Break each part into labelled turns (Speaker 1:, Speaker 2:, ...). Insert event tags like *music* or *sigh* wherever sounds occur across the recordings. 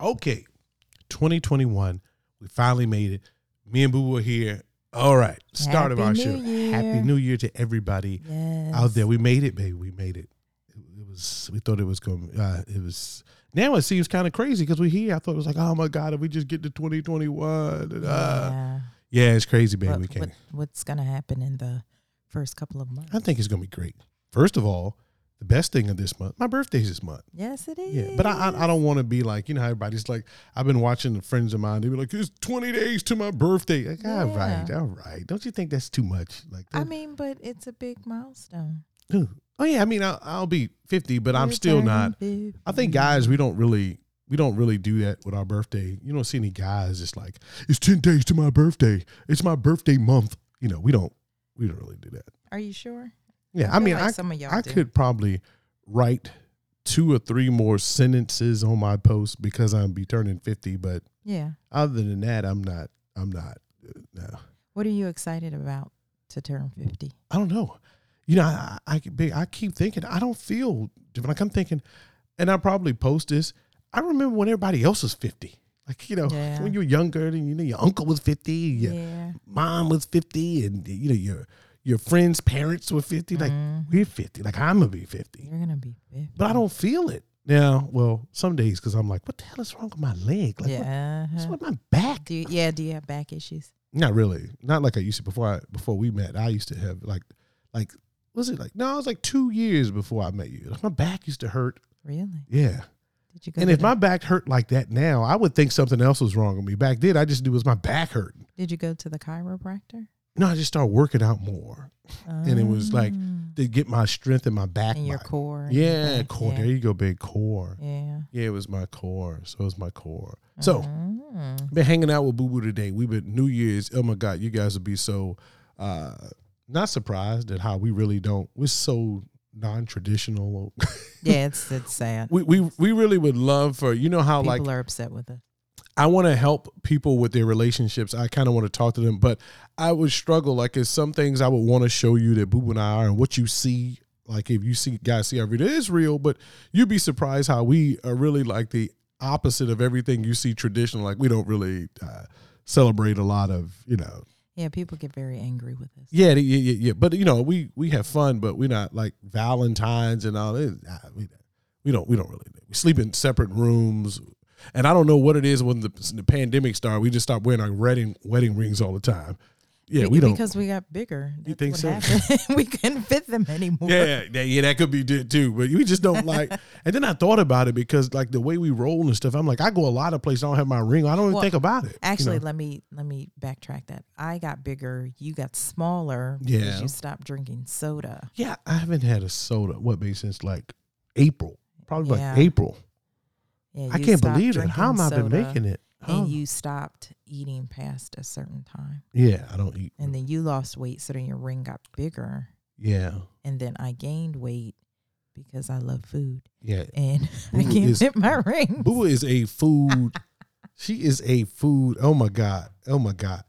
Speaker 1: okay, 2021, we finally made it. Me and Boo were here. All right, start of
Speaker 2: Happy
Speaker 1: our
Speaker 2: New
Speaker 1: show.
Speaker 2: Year.
Speaker 1: Happy New Year to everybody
Speaker 2: Yes.
Speaker 1: out there. We made it, baby. We made it. It, it was. We thought it was going. Uh, it was. Now it seems kind of crazy because we're here. I thought it was like, oh my god, if we just get to 2021, and, uh,
Speaker 2: yeah.
Speaker 1: yeah, it's crazy, baby.
Speaker 2: What-
Speaker 1: we can't.
Speaker 2: what- what's gonna happen in the first couple of months?
Speaker 1: I think it's gonna be great. First of all, the best thing of this month, my birthday's this month.
Speaker 2: yes, it is.
Speaker 1: Yeah, but I I, I don't want to be like you know how everybody's like. I've been watching the friends of mine. They be like, it's 20 days to my birthday. Like, all right,
Speaker 2: Yeah.
Speaker 1: all right. Don't you think that's too much? Like,
Speaker 2: I mean, but it's a big milestone.
Speaker 1: *laughs* oh yeah. I mean, I'll, I'll be 50, but I'm still not. I think
Speaker 2: Mm-hmm.
Speaker 1: guys, we don't really we don't really do that with our birthday. You don't see any guys just like it's ten days to my birthday. It's my birthday month. You know, we don't we don't really do that.
Speaker 2: Are you sure?
Speaker 1: Yeah, I,
Speaker 2: feel
Speaker 1: mean,
Speaker 2: like
Speaker 1: I
Speaker 2: some of y'all
Speaker 1: I
Speaker 2: do.
Speaker 1: could probably write two or three more sentences on my post because I'm be turning fifty. But
Speaker 2: Yeah.
Speaker 1: other than that, I'm not. I'm not. uh, No,
Speaker 2: What are you excited about to turn fifty?
Speaker 1: I don't know. You know, I I, I could be- I keep thinking I don't feel different. Like I'm thinking, and I probably post this. I remember when everybody else was fifty. Like you know,
Speaker 2: Yeah.
Speaker 1: when you were younger, and you know your uncle was fifty, your
Speaker 2: Yeah.
Speaker 1: mom was fifty, and you know your your friends' parents were fifty. Like
Speaker 2: Mm-hmm.
Speaker 1: we're fifty. Like I'm gonna be fifty,
Speaker 2: You're gonna be fifty.
Speaker 1: but I don't feel it now. Well, some days because I'm like, what the hell is wrong with my leg? Like what,
Speaker 2: yeah.
Speaker 1: what's
Speaker 2: uh-huh.
Speaker 1: with my back?
Speaker 2: Do you, yeah. Do you have back issues?
Speaker 1: Not really. Not like I used to before. I, before we met, I used to have like, like, was it like? No, it was like two years before I met you. Like my back used to hurt.
Speaker 2: Really?
Speaker 1: Yeah.
Speaker 2: Did you go?
Speaker 1: And
Speaker 2: to
Speaker 1: if
Speaker 2: the,
Speaker 1: my back hurt like that now, I would think something else was wrong with me. Back then, I just knew it was my back hurting.
Speaker 2: did you go to the chiropractor?
Speaker 1: No, I just started working out more And it was like-
Speaker 2: Oh.
Speaker 1: to get my strength in my back.
Speaker 2: in your
Speaker 1: back.
Speaker 2: core. and your
Speaker 1: Yeah,
Speaker 2: back,
Speaker 1: core.
Speaker 2: yeah.
Speaker 1: There you go, big core.
Speaker 2: Yeah.
Speaker 1: Yeah, it was my core. So it was my core. So
Speaker 2: Mm.
Speaker 1: been hanging out with Boo Boo today. We've been New Year's. Oh my God, you guys would be so uh not surprised at how we really don't. We're so non-traditional. *laughs*
Speaker 2: yeah, it's it's sad.
Speaker 1: we we we really would love for you know how
Speaker 2: People
Speaker 1: like
Speaker 2: are upset with us.
Speaker 1: I want to help people with their relationships. I kind of want to talk to them, but I would struggle. Like, there's some things I would want to show you that Boo and I are, and what you see. Like, if you see guys see every day, it's real, but you'd be surprised how we are really like the opposite of everything you see traditional. Like, we don't really uh, celebrate a lot of, you know,
Speaker 2: Yeah, people get very angry with us.
Speaker 1: yeah, yeah, yeah, yeah. But you know, we we have fun, but we're not like Valentines and all. that. Nah, we, we don't we don't really we sleep in separate rooms, and I don't know what it is when the, the pandemic started. We just stopped wearing our wedding wedding rings all the time. Yeah,
Speaker 2: Be-
Speaker 1: we don't.
Speaker 2: because we got bigger. That's
Speaker 1: You think
Speaker 2: what
Speaker 1: so?
Speaker 2: happened. *laughs* we couldn't fit them anymore.
Speaker 1: yeah, yeah, yeah, that could be it too. But we just don't
Speaker 2: *laughs*
Speaker 1: like. and then I thought about it because like the way we roll and stuff. I'm like, I go a lot of places. I don't have my ring. I don't even
Speaker 2: Well,
Speaker 1: think about it. you
Speaker 2: Actually,
Speaker 1: know?
Speaker 2: let me let me backtrack that. I got bigger. You got smaller.
Speaker 1: Yeah.
Speaker 2: Because you stopped drinking soda.
Speaker 1: yeah, I haven't had a soda. What made since like April, probably
Speaker 2: Yeah.
Speaker 1: like April.
Speaker 2: Yeah,
Speaker 1: I
Speaker 2: you
Speaker 1: can't
Speaker 2: stopped
Speaker 1: believe it. How am
Speaker 2: drinking
Speaker 1: I been
Speaker 2: soda,
Speaker 1: making it? How-
Speaker 2: And you stopped eating past a certain time,
Speaker 1: yeah, I don't eat.
Speaker 2: and then you lost weight, so then your ring got bigger,
Speaker 1: yeah,
Speaker 2: and then I gained weight because I love food,
Speaker 1: yeah.
Speaker 2: and *laughs* I
Speaker 1: Boo
Speaker 2: can't
Speaker 1: is-
Speaker 2: fit my ring.
Speaker 1: Boo is a
Speaker 2: *laughs*
Speaker 1: food. she is a food. Oh my god. Oh my god.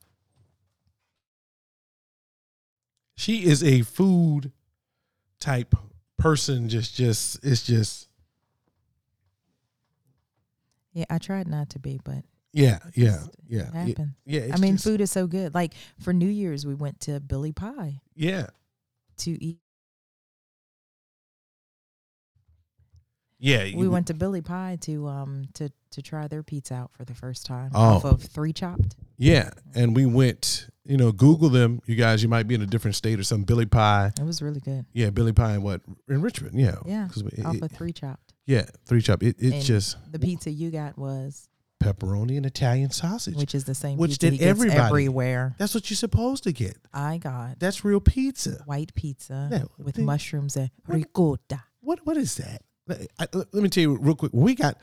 Speaker 1: She is a food type person. Just, just, it's just,
Speaker 2: Yeah, I tried not to be, but
Speaker 1: yeah, yeah,
Speaker 2: Just-
Speaker 1: yeah,
Speaker 2: it
Speaker 1: yeah.
Speaker 2: happens.
Speaker 1: yeah it's
Speaker 2: I mean,
Speaker 1: just-
Speaker 2: food is so good. Like for New Year's, we went to Billy Pie
Speaker 1: Yeah,
Speaker 2: to eat.
Speaker 1: yeah.
Speaker 2: We
Speaker 1: you-
Speaker 2: went to Billy Pie to um to to try their pizza out for the first time
Speaker 1: Oh.
Speaker 2: off of Three Chopped.
Speaker 1: Yeah, and we went. You know, Google them, you guys. You might be in a different state or something. Billy Pie.
Speaker 2: It was really good.
Speaker 1: Yeah, Billy Pie and what in Richmond. Yeah,
Speaker 2: Yeah,
Speaker 1: 'cause we- it-
Speaker 2: off
Speaker 1: it-
Speaker 2: of Three Chopped.
Speaker 1: yeah, three chop. It, it's
Speaker 2: And
Speaker 1: just
Speaker 2: The pizza you got was,
Speaker 1: pepperoni and Italian sausage.
Speaker 2: which is the same
Speaker 1: Which
Speaker 2: pizza
Speaker 1: did
Speaker 2: he gets
Speaker 1: everybody.
Speaker 2: everywhere.
Speaker 1: That's what you're supposed to get.
Speaker 2: I got
Speaker 1: That's real pizza.
Speaker 2: white pizza
Speaker 1: Yeah,
Speaker 2: with
Speaker 1: the-
Speaker 2: mushrooms and
Speaker 1: What-
Speaker 2: ricotta.
Speaker 1: What what is that? Let- I, let me tell you real quick. We got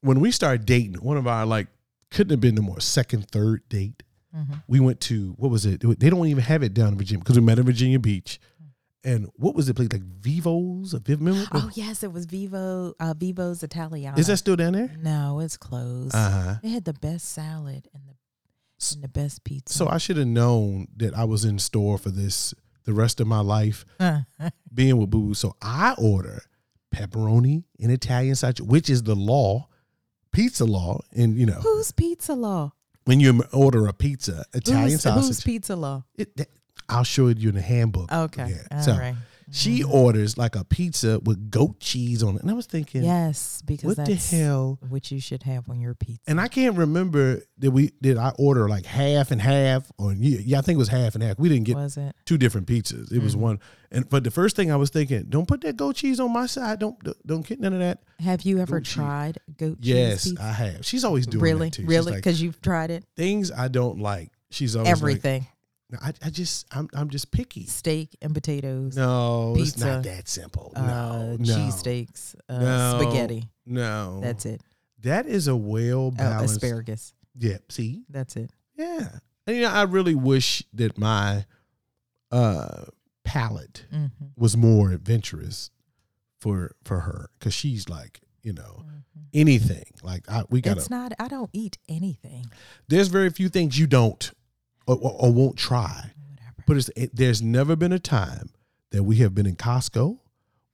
Speaker 1: when we started dating, one of our like couldn't have been no more second, third date.
Speaker 2: Mhm.
Speaker 1: We went to what was it? They don't even have it down in Virginia because we met in Virginia Beach. And what was the place like Vivos? Or Viv, remember?
Speaker 2: Mm. Oh yes, it was Vivo uh, Vivo's Italiana.
Speaker 1: is that still down there?
Speaker 2: no? It's closed.
Speaker 1: Uh huh.
Speaker 2: They had the best salad and the
Speaker 1: S-
Speaker 2: and the best pizza.
Speaker 1: So I should have known that I was in store for this the rest of my
Speaker 2: *laughs*
Speaker 1: life. being with Boo Boo. So I order pepperoni and Italian sausage, which is the law. pizza law, and you know
Speaker 2: Who's pizza law?
Speaker 1: when you order a pizza, Italian
Speaker 2: who's,
Speaker 1: sausage.
Speaker 2: who's pizza law? Oh,
Speaker 1: it, that- I'll show it you in the handbook.
Speaker 2: Okay. all
Speaker 1: Yeah.
Speaker 2: right.
Speaker 1: so
Speaker 2: Mm-hmm.
Speaker 1: she orders like a pizza with goat cheese on it, and I was thinking,
Speaker 2: Yes, because
Speaker 1: what the
Speaker 2: that's
Speaker 1: hell?
Speaker 2: what you should have on your pizza.
Speaker 1: And I can't remember that we did I order like half and half, or yeah, yeah, I think it was half and half. We didn't get
Speaker 2: was it?
Speaker 1: two different pizzas. It was one, and but the first thing I was thinking, don't put that goat cheese on my side. Don't don't- don't get none of that.
Speaker 2: Have you ever
Speaker 1: Goat cheese.
Speaker 2: tried goat cheese?
Speaker 1: Yes,
Speaker 2: pizza?
Speaker 1: I have. She's always doing
Speaker 2: really,
Speaker 1: that too. She's
Speaker 2: really,
Speaker 1: like,
Speaker 2: because you've tried it.
Speaker 1: things I don't like. She's always everything.
Speaker 2: Everything,
Speaker 1: No, I, I just I'm I'm just picky.
Speaker 2: steak and potatoes,
Speaker 1: No, it's not
Speaker 2: Pizza.
Speaker 1: that simple.
Speaker 2: uh,
Speaker 1: no, no,
Speaker 2: cheesesteaks, uh,
Speaker 1: no,
Speaker 2: spaghetti.
Speaker 1: No,
Speaker 2: That's it.
Speaker 1: that is a well
Speaker 2: Oh,
Speaker 1: balanced.
Speaker 2: asparagus.
Speaker 1: yeah, see,
Speaker 2: That's it.
Speaker 1: yeah. And, you know, I really wish that my uh palate
Speaker 2: hmm
Speaker 1: was more adventurous for for her because she's like you know anything like I, we gotta.
Speaker 2: Mm-hmm. It's not. I don't eat anything.
Speaker 1: there's very few things you don't or, or, or won't try.
Speaker 2: Whatever.
Speaker 1: But it's, it, there's never been a time that we have been in Costco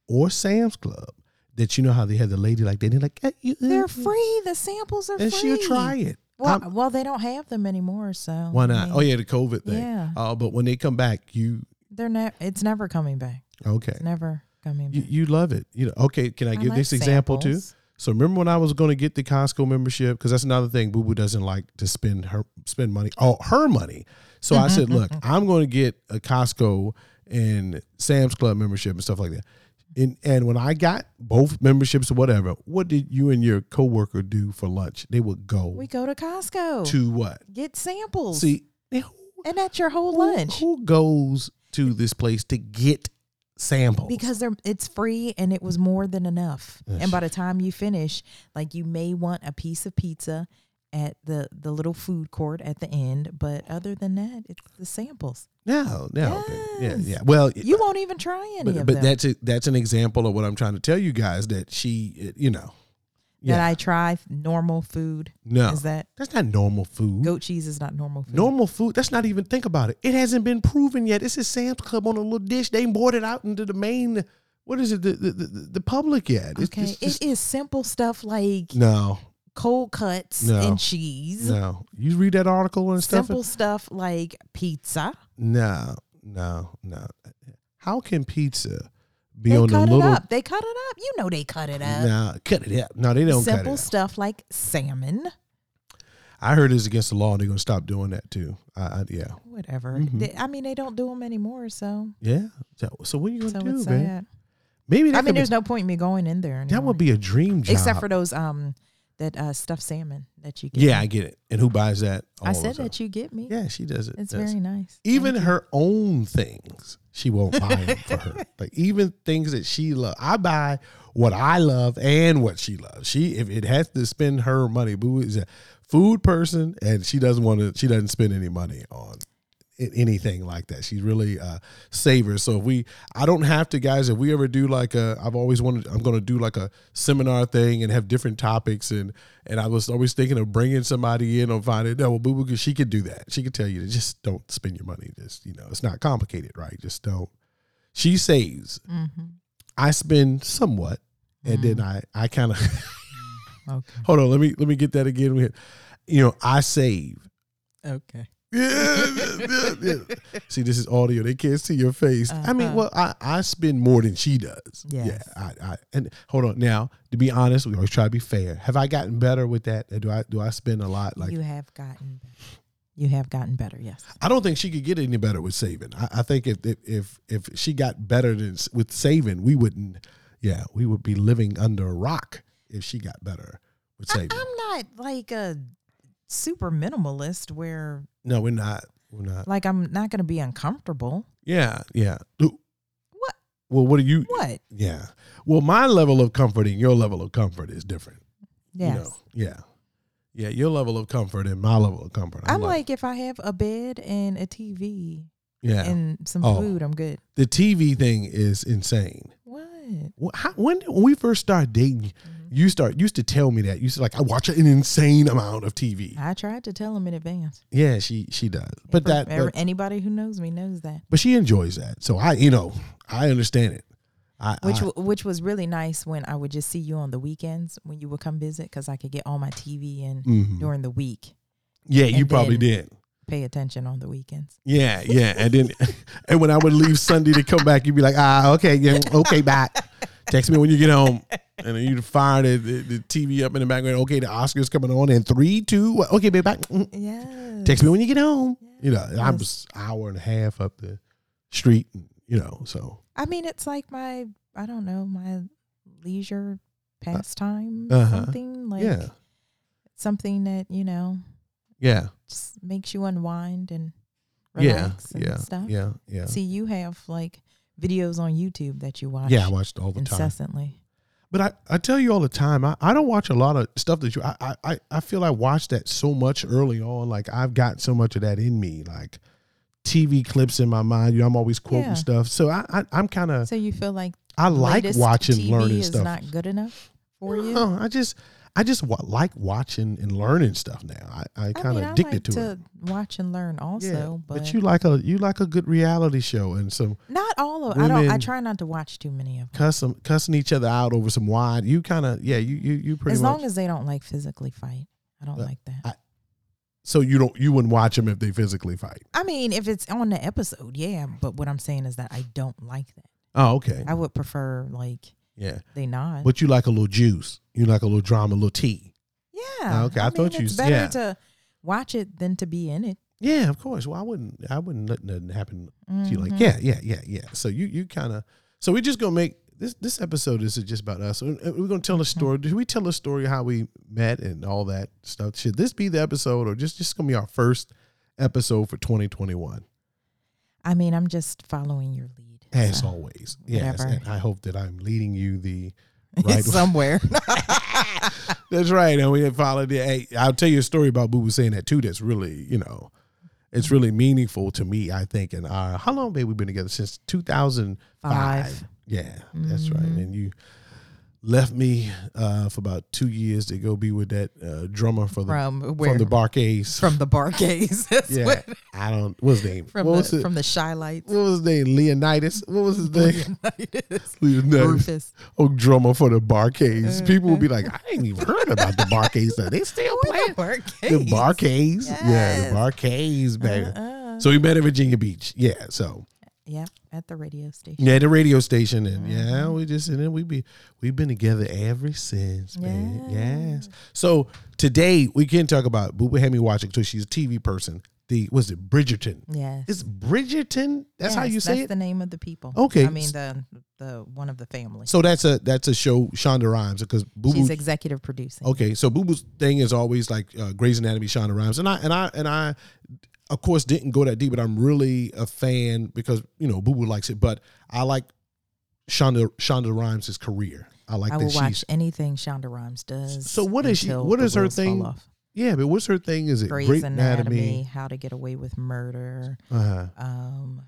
Speaker 1: or Sam's Club that you know how they had the lady like that. They're like, eh, you, eh,
Speaker 2: They're
Speaker 1: eh,
Speaker 2: free. The samples are
Speaker 1: and
Speaker 2: free.
Speaker 1: she'll try it.
Speaker 2: Well,
Speaker 1: I'm-
Speaker 2: well, they don't have them anymore. So
Speaker 1: why
Speaker 2: I
Speaker 1: not?
Speaker 2: mean,
Speaker 1: Oh yeah, the COVID thing.
Speaker 2: Yeah.
Speaker 1: Uh, but when they come back, you
Speaker 2: They're not. It's never coming back.
Speaker 1: okay?
Speaker 2: It's never coming back.
Speaker 1: You, you love it. You know. Okay, can I give
Speaker 2: like
Speaker 1: this example too?
Speaker 2: samples.
Speaker 1: So remember when I was going to get the Costco membership because that's another thing Boo Boo doesn't like to spend her spend money all her money. So I
Speaker 2: Mm-hmm,
Speaker 1: said, look, I'm going to get a Costco and Sam's Club membership and stuff like that. And and when I got both memberships or whatever, what did you and your coworker do for lunch? They would go
Speaker 2: We go to Costco
Speaker 1: to what?
Speaker 2: get samples.
Speaker 1: See, who,
Speaker 2: and that's your whole
Speaker 1: who-
Speaker 2: lunch
Speaker 1: who goes to this place to get samples?
Speaker 2: because they're it's free and it was more than enough. And by the time you finish, like you may want a piece of pizza at the the little food court at the end, but other than that, it's the samples.
Speaker 1: no, no, okay. yeah,
Speaker 2: Yes.
Speaker 1: yeah. Well,
Speaker 2: You won't even try any
Speaker 1: but,
Speaker 2: of
Speaker 1: but
Speaker 2: them
Speaker 1: that's a, that's an example of what I'm trying to tell you guys that she, uh, you know,
Speaker 2: that
Speaker 1: yeah.
Speaker 2: I try normal food.
Speaker 1: no,
Speaker 2: Is that
Speaker 1: that's not normal food.
Speaker 2: goat cheese is not normal food?
Speaker 1: normal food. That's not even think about it. It hasn't been proven yet. This is Sam's Club on a little dish. They ain't brought it out into the main. What is it? The the, the, the public yet? It's-
Speaker 2: Okay,
Speaker 1: it's just-
Speaker 2: it is simple stuff like
Speaker 1: no,
Speaker 2: cold cuts
Speaker 1: No.
Speaker 2: and cheese.
Speaker 1: no. You read that article and stuff.
Speaker 2: Simple stuff like pizza.
Speaker 1: No, no, no. How can pizza be
Speaker 2: They
Speaker 1: on a
Speaker 2: cut
Speaker 1: little?
Speaker 2: it up. They cut it up. You know they cut it up.
Speaker 1: Nah, cut it up. No, they don't cut it.
Speaker 2: Simple
Speaker 1: Up.
Speaker 2: stuff like salmon,
Speaker 1: I heard it's against the law. They're gonna stop doing that too. I, I, yeah,
Speaker 2: whatever.
Speaker 1: Mhm.
Speaker 2: They- I mean, they don't do them anymore, so
Speaker 1: yeah. So, so what are you gonna
Speaker 2: so
Speaker 1: do,
Speaker 2: it's
Speaker 1: man?
Speaker 2: sad.
Speaker 1: Maybe that
Speaker 2: I
Speaker 1: could
Speaker 2: mean,
Speaker 1: be-
Speaker 2: there's no point in me going in there anymore.
Speaker 1: that would be a dream job.
Speaker 2: except for those um that uh stuffed salmon that you get.
Speaker 1: yeah, I
Speaker 2: me.
Speaker 1: get it. And who buys that?
Speaker 2: I,
Speaker 1: All
Speaker 2: said
Speaker 1: of them.
Speaker 2: that you get me.
Speaker 1: Yeah, she does it.
Speaker 2: It's
Speaker 1: That's-
Speaker 2: very nice.
Speaker 1: even her own things. She won't buy them for
Speaker 2: *laughs*
Speaker 1: her. Like even things that she loves, I buy what I love and what she loves. She if it has to spend her money, boo is a food person, and she doesn't want to. She doesn't spend any money on a- anything like that. She's really uh saver. So if we, I don't have to, guys. If we ever do like a, I've always wanted. I'm gonna do like a seminar thing and have different topics and and I was always thinking of bringing somebody in on finding no, well, Boo Boo, 'cause she could do that. She could tell you to just don't spend your money. Just you know, it's not complicated, right? Just don't. She saves.
Speaker 2: Mm-hmm.
Speaker 1: I spend somewhat, and then I I kind of
Speaker 2: Okay.
Speaker 1: *laughs* hold on. Let me let me get that again. We- You know, I save.
Speaker 2: Okay.
Speaker 1: Yeah, yeah, yeah. *laughs* See, this is audio. They can't see your face. I mean,
Speaker 2: Uh-huh.
Speaker 1: well, I, I spend more than she does.
Speaker 2: Yes.
Speaker 1: Yeah. I, I and hold on now. To be honest, we always try to be fair. Have I gotten better with that? Do I do I spend a lot? Like
Speaker 2: you have gotten better. You have gotten better, yes.
Speaker 1: I don't think she could get any better with saving. I, I think if, if if if she got better than s- with saving, we wouldn't. Yeah, we would be living under a rock if she got better with
Speaker 2: I,
Speaker 1: saving.
Speaker 2: I'm not like a super minimalist where
Speaker 1: no, we're not. We're not.
Speaker 2: like I'm not going to be uncomfortable.
Speaker 1: Yeah, yeah. Ooh,
Speaker 2: What?
Speaker 1: Well, what do you?
Speaker 2: What?
Speaker 1: Yeah. Well, my level of comfort and your level of comfort is different.
Speaker 2: Yes.
Speaker 1: You know? Yeah. Yeah. Your level of comfort and my level of comfort.
Speaker 2: I'm, like, if I have a bed and a TV
Speaker 1: yeah.
Speaker 2: and some
Speaker 1: Oh.
Speaker 2: food, I'm good.
Speaker 1: the TV thing is insane.
Speaker 2: What?
Speaker 1: Wh- how- When when we first started dating,
Speaker 2: Mm-hmm.
Speaker 1: you start used to tell me that you used to like I watch an insane amount of TV.
Speaker 2: I tried to tell him in advance.
Speaker 1: Yeah, she she does, but
Speaker 2: For
Speaker 1: that
Speaker 2: every-
Speaker 1: but,
Speaker 2: anybody who knows me knows that.
Speaker 1: but she enjoys that. So I you know I understand it. I,
Speaker 2: which
Speaker 1: I-
Speaker 2: w- which was really nice when I would just see you on the weekends when you would come visit because I could get all my TV in
Speaker 1: mhm.
Speaker 2: during the week,
Speaker 1: yeah, you
Speaker 2: and
Speaker 1: probably did.
Speaker 2: pay attention on the weekends.
Speaker 1: Yeah, yeah, and then *laughs* and when I would leave Sunday to come back, you'd be like, ah, okay, yeah, okay, bye. Text me when you get home, and then you'd fire the, the, the TV up in the background. Okay, the Oscars coming on in three, two. one. Okay, babe, bye. Mm.
Speaker 2: Yeah,
Speaker 1: Text me when you get home. You know, I
Speaker 2: Yes.
Speaker 1: was hour and a half up the street. You know, so
Speaker 2: I mean it's like my I don't know my leisure pastime
Speaker 1: Uh, uh-huh.
Speaker 2: something like
Speaker 1: yeah,
Speaker 2: something that you know
Speaker 1: yeah,
Speaker 2: just makes you unwind and
Speaker 1: yeah,
Speaker 2: relax and
Speaker 1: yeah,
Speaker 2: stuff.
Speaker 1: yeah, yeah,
Speaker 2: See, you have like videos on YouTube that you watch
Speaker 1: yeah. I watched all the time.
Speaker 2: incessantly.
Speaker 1: But I, I tell you all the time, I, I don't watch a lot of stuff that you I, I- I, I feel I watched that so much early on. Like I've got so much of that in me, like TV clips in my mind. You know, I'm always quoting
Speaker 2: Yeah.
Speaker 1: stuff. So I, I I'm kind of
Speaker 2: So you feel like
Speaker 1: I like
Speaker 2: latest
Speaker 1: watching,
Speaker 2: TV
Speaker 1: learning
Speaker 2: is
Speaker 1: stuff.
Speaker 2: not good enough for you.
Speaker 1: No, I just I just wa- like watching and learning stuff now. I, I
Speaker 2: I
Speaker 1: kind
Speaker 2: mean,
Speaker 1: of
Speaker 2: I
Speaker 1: addicted
Speaker 2: like
Speaker 1: to,
Speaker 2: to,
Speaker 1: it.
Speaker 2: watch and learn also, but,
Speaker 1: but, you like a you like a good reality show and some
Speaker 2: not all of. I don't. I
Speaker 1: women-
Speaker 2: try not to watch too many of. them.
Speaker 1: cussing cussing each other out over some wine. You kind of yeah you you you pretty
Speaker 2: As
Speaker 1: much.
Speaker 2: long as they don't like physically fight, I don't
Speaker 1: But
Speaker 2: like that.
Speaker 1: I- so you don't you wouldn't watch them if they physically fight.
Speaker 2: I mean, if it's on the episode, yeah. But what I'm saying is that I don't like that.
Speaker 1: Oh, okay.
Speaker 2: I would prefer like
Speaker 1: Yeah.
Speaker 2: they not.
Speaker 1: But you like a little juice. You like a little drama, a little tea.
Speaker 2: yeah.
Speaker 1: Oh, okay, I
Speaker 2: mean,
Speaker 1: thought you
Speaker 2: It's
Speaker 1: s-
Speaker 2: better
Speaker 1: yeah.
Speaker 2: to watch it than to be in it.
Speaker 1: Yeah, of course. Well, I wouldn't. I wouldn't let nothing happen to you. Like,
Speaker 2: Mhm.
Speaker 1: yeah, yeah, yeah, yeah. So you, you kind of. So we're just gonna make this. This episode is just about us. We're we're gonna tell a story. Did we tell a story how we met and all that stuff? Should this be the episode, or just just gonna be our first episode for 2021?
Speaker 2: I mean, I'm just following your lead. *laughs*
Speaker 1: As
Speaker 2: so.
Speaker 1: always, yes.
Speaker 2: whatever.
Speaker 1: And I hope that I'm leading you the *laughs* right way.
Speaker 2: somewhere.
Speaker 1: That's right. And we had followed it. Hey, I'll tell you a story about Boo Boo saying that too. That's really, you know, it's really meaningful to me, I think. And uh, how long have we been together? Since 2005.
Speaker 2: Five.
Speaker 1: Yeah, that's right.
Speaker 2: Mhm.
Speaker 1: And you left me uh, for about two years to go be with that uh, drummer for the,
Speaker 2: from where
Speaker 1: from the Barcase.
Speaker 2: from the bar gaze. *laughs* That's
Speaker 1: yeah.
Speaker 2: what-
Speaker 1: I don't, what's his name?
Speaker 2: from
Speaker 1: what,
Speaker 2: the
Speaker 1: was it?
Speaker 2: from the shy lights.
Speaker 1: what was his name? Leonidas? What was his name?
Speaker 2: *laughs*
Speaker 1: *laughs*
Speaker 2: Leonidas.
Speaker 1: Leonidas.
Speaker 2: Rufus.
Speaker 1: Oh, drummer for the Barcase. People will be like, I ain't even heard about the Barcase. They still playing.
Speaker 2: bar
Speaker 1: The Barcades. Yeah,
Speaker 2: Yes.
Speaker 1: the Barcades, baby.
Speaker 2: Uh-uh.
Speaker 1: So we met at Virginia Beach. Yeah. So
Speaker 2: Yeah, at the radio station.
Speaker 1: yeah, the radio station and yeah,
Speaker 2: Mm-hmm.
Speaker 1: we just and then we be we've been together ever since, man. Yes. So today we can talk about Booba had me watching because she's a TV person. The was it Bridgerton?
Speaker 2: Yes.
Speaker 1: It's Bridgerton? That's how
Speaker 2: Yes,
Speaker 1: you say
Speaker 2: that's
Speaker 1: it?
Speaker 2: the name of the people.
Speaker 1: Okay.
Speaker 2: I mean the the one of the family.
Speaker 1: so that's a that's a show Shonda Rhimes because Boo
Speaker 2: She's
Speaker 1: Boo
Speaker 2: executive producing.
Speaker 1: Okay, so Boo Boo's thing is always like uh, Grey's Anatomy, Shonda Rhimes, and I and I and I, of course, didn't go that deep, but I'm really a fan because you know Boo Boo likes it, but I like Shonda Shonda Rhimes' career. I like
Speaker 2: I
Speaker 1: that
Speaker 2: will
Speaker 1: she's
Speaker 2: watch anything Shonda Rhimes does.
Speaker 1: So what is she-
Speaker 2: until
Speaker 1: what
Speaker 2: the
Speaker 1: is her
Speaker 2: wheels fall
Speaker 1: thing?
Speaker 2: off.
Speaker 1: yeah, but what's her thing? Is it
Speaker 2: Grey's
Speaker 1: Great
Speaker 2: Anatomy,
Speaker 1: Anatomy?
Speaker 2: How to Get Away with Murder.
Speaker 1: Uh-huh.
Speaker 2: Um,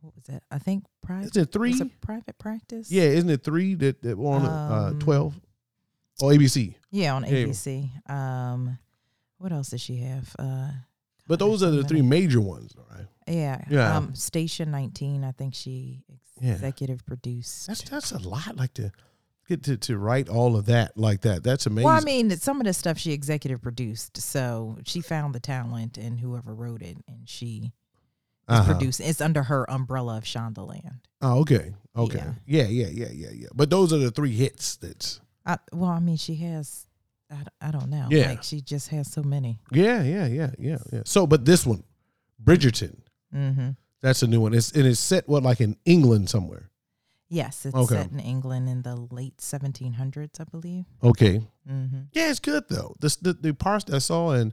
Speaker 2: what was it? I think private.
Speaker 1: Is it three?
Speaker 2: Was it private practice?
Speaker 1: yeah, isn't it three that that were on uh,
Speaker 2: Um,
Speaker 1: twelve? Oh, ABC.
Speaker 2: Yeah, on
Speaker 1: Yeah.
Speaker 2: ABC. Um, what else does she have? Uh,
Speaker 1: But
Speaker 2: God,
Speaker 1: those
Speaker 2: there's
Speaker 1: are
Speaker 2: so
Speaker 1: the three
Speaker 2: many.
Speaker 1: major ones, all right?
Speaker 2: Yeah.
Speaker 1: Yeah.
Speaker 2: Um, Station 19. I think she
Speaker 1: Yeah.
Speaker 2: executive produced.
Speaker 1: That's that's a lot. Like to get to to write all of that like that. That's amazing.
Speaker 2: well, I mean, that some of the stuff she executive produced, so she found the talent and whoever wrote it, and she is
Speaker 1: Uh-huh.
Speaker 2: producing. It's under her umbrella of Shondaland.
Speaker 1: Oh, okay. Okay. Yeah. yeah, yeah, yeah, yeah, But those are the three hits that's
Speaker 2: I, well, I mean, she has. I, d- I don't know.
Speaker 1: Yeah.
Speaker 2: Like she just has so many.
Speaker 1: Yeah, yeah, yeah, yeah, yeah. So but this one, Bridgerton,
Speaker 2: Mm-hmm.
Speaker 1: that's a new one. It's and it's set what like in England somewhere.
Speaker 2: Yes, it's
Speaker 1: Okay.
Speaker 2: set in England in the late 1700s, I believe.
Speaker 1: Okay.
Speaker 2: Mm-hmm.
Speaker 1: Yeah, it's good though. This the, the parts that I saw and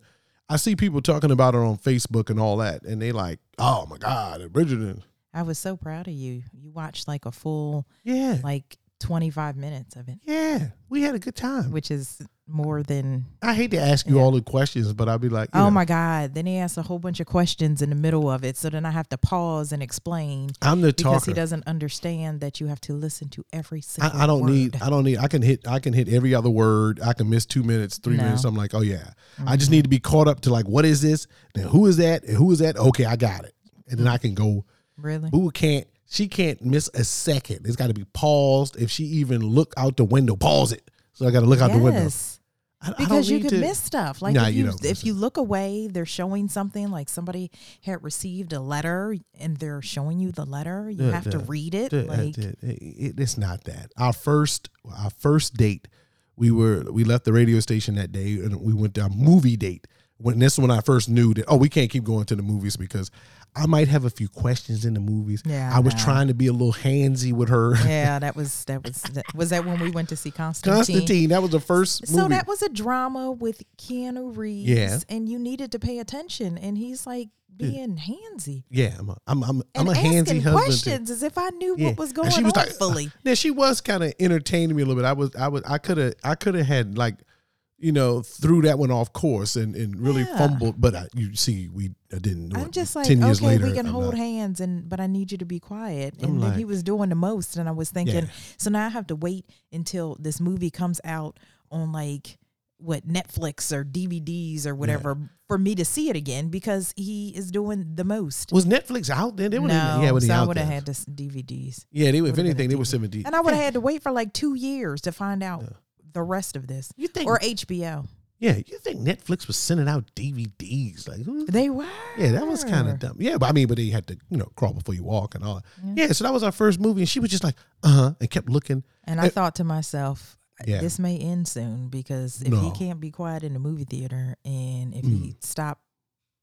Speaker 1: I see people talking about it on Facebook and all that, and they like, oh my God, Bridgerton.
Speaker 2: I was so proud of you. You watched like a full
Speaker 1: Yeah.
Speaker 2: like 25 minutes of it,
Speaker 1: Yeah. We had a good time.
Speaker 2: which is more than
Speaker 1: I hate to ask you all the questions, but I'll be like, you
Speaker 2: oh
Speaker 1: know,
Speaker 2: my god. Then he asked a whole bunch of questions in the middle of it, so then I have to pause and explain
Speaker 1: I'm the
Speaker 2: because
Speaker 1: talker.
Speaker 2: he doesn't understand that you have to listen to every single.
Speaker 1: I, I don't
Speaker 2: word.
Speaker 1: need I don't need I can hit I can hit every other word. I can miss two minutes, three
Speaker 2: No. Mm-hmm.
Speaker 1: minutes. I'm like, oh yeah. I just need to be caught up to like what is this? Then who is that? And who is that? Okay, I got it. And then I can go
Speaker 2: really.
Speaker 1: who can't she can't miss a second. It's got to be paused. If she even look out the window, pause it. So I got to look out the window.
Speaker 2: Yes.
Speaker 1: I, I don't
Speaker 2: Because you
Speaker 1: need
Speaker 2: could
Speaker 1: to-
Speaker 2: miss stuff. Like
Speaker 1: Nah,
Speaker 2: if
Speaker 1: you
Speaker 2: you,
Speaker 1: don't miss
Speaker 2: if you look away, they're showing something like somebody had received a letter and they're showing you the letter. You
Speaker 1: Yeah,
Speaker 2: have to
Speaker 1: yeah.
Speaker 2: read *laughs* it.
Speaker 1: Dude, uh,
Speaker 2: like
Speaker 1: dude, it- it- it's not that. Our first our first date, we were we left the radio station that day and we went to a movie date. When this is when I first knew that oh we can't keep going to the movies because I might have a few questions in the movies.
Speaker 2: Yeah,
Speaker 1: I was
Speaker 2: no.
Speaker 1: trying to be a little handsy with her.
Speaker 2: yeah, that was that was that, was that when we went to see Constantine.
Speaker 1: *laughs* Constantine, that was the first
Speaker 2: So
Speaker 1: movie.
Speaker 2: that was a drama with Keanu Reeves,
Speaker 1: Yeah.
Speaker 2: and you needed to pay attention. And he's like being handsy
Speaker 1: yeah, I'm a, I'm I'm, I'm
Speaker 2: and
Speaker 1: a handsy
Speaker 2: asking
Speaker 1: husband. too.
Speaker 2: questions as if I knew
Speaker 1: Yeah.
Speaker 2: what was
Speaker 1: And
Speaker 2: going
Speaker 1: she was
Speaker 2: on
Speaker 1: like,
Speaker 2: fully.
Speaker 1: *sighs* Yeah, she was kind of entertaining me a little bit. I was, I was, I could have, I could have had like, you know, threw that one off course and and really
Speaker 2: Yeah.
Speaker 1: fumbled. But I, you see, we I didn't. do
Speaker 2: I'm
Speaker 1: it.
Speaker 2: just like,
Speaker 1: ten
Speaker 2: okay,
Speaker 1: years later,
Speaker 2: we can
Speaker 1: I'm
Speaker 2: hold
Speaker 1: not-
Speaker 2: hands, and but I need you to be quiet.
Speaker 1: I'm
Speaker 2: And then he
Speaker 1: like-
Speaker 2: was doing the most, and I was thinking,
Speaker 1: Yeah.
Speaker 2: so now I have to wait until this movie comes out on like what Netflix or DVDs or whatever for me to see it again because he is doing the most.
Speaker 1: Was Netflix out then? They
Speaker 2: no,
Speaker 1: were yeah, when they
Speaker 2: so I
Speaker 1: out
Speaker 2: would have
Speaker 1: there.
Speaker 2: had this DVDs,
Speaker 1: yeah, they were. If
Speaker 2: would've been a
Speaker 1: anything, they were
Speaker 2: DVD.
Speaker 1: seventy.
Speaker 2: and
Speaker 1: *laughs*
Speaker 2: I would have had to wait for like two years to find out the rest of this
Speaker 1: You think?
Speaker 2: or HBO.
Speaker 1: yeah, you think Netflix was sending out DVDs like? who-
Speaker 2: They were.
Speaker 1: Yeah, that was kind of dumb. Yeah, but I mean, but they had to, you know, crawl before you walk and all. that. Yeah, so that was our first movie, and she was just like, uh huh, and kept looking.
Speaker 2: And I thought to myself,
Speaker 1: Yeah.
Speaker 2: this may end soon because if
Speaker 1: No. Mm.
Speaker 2: he can't be quiet in the movie theater and if he stop,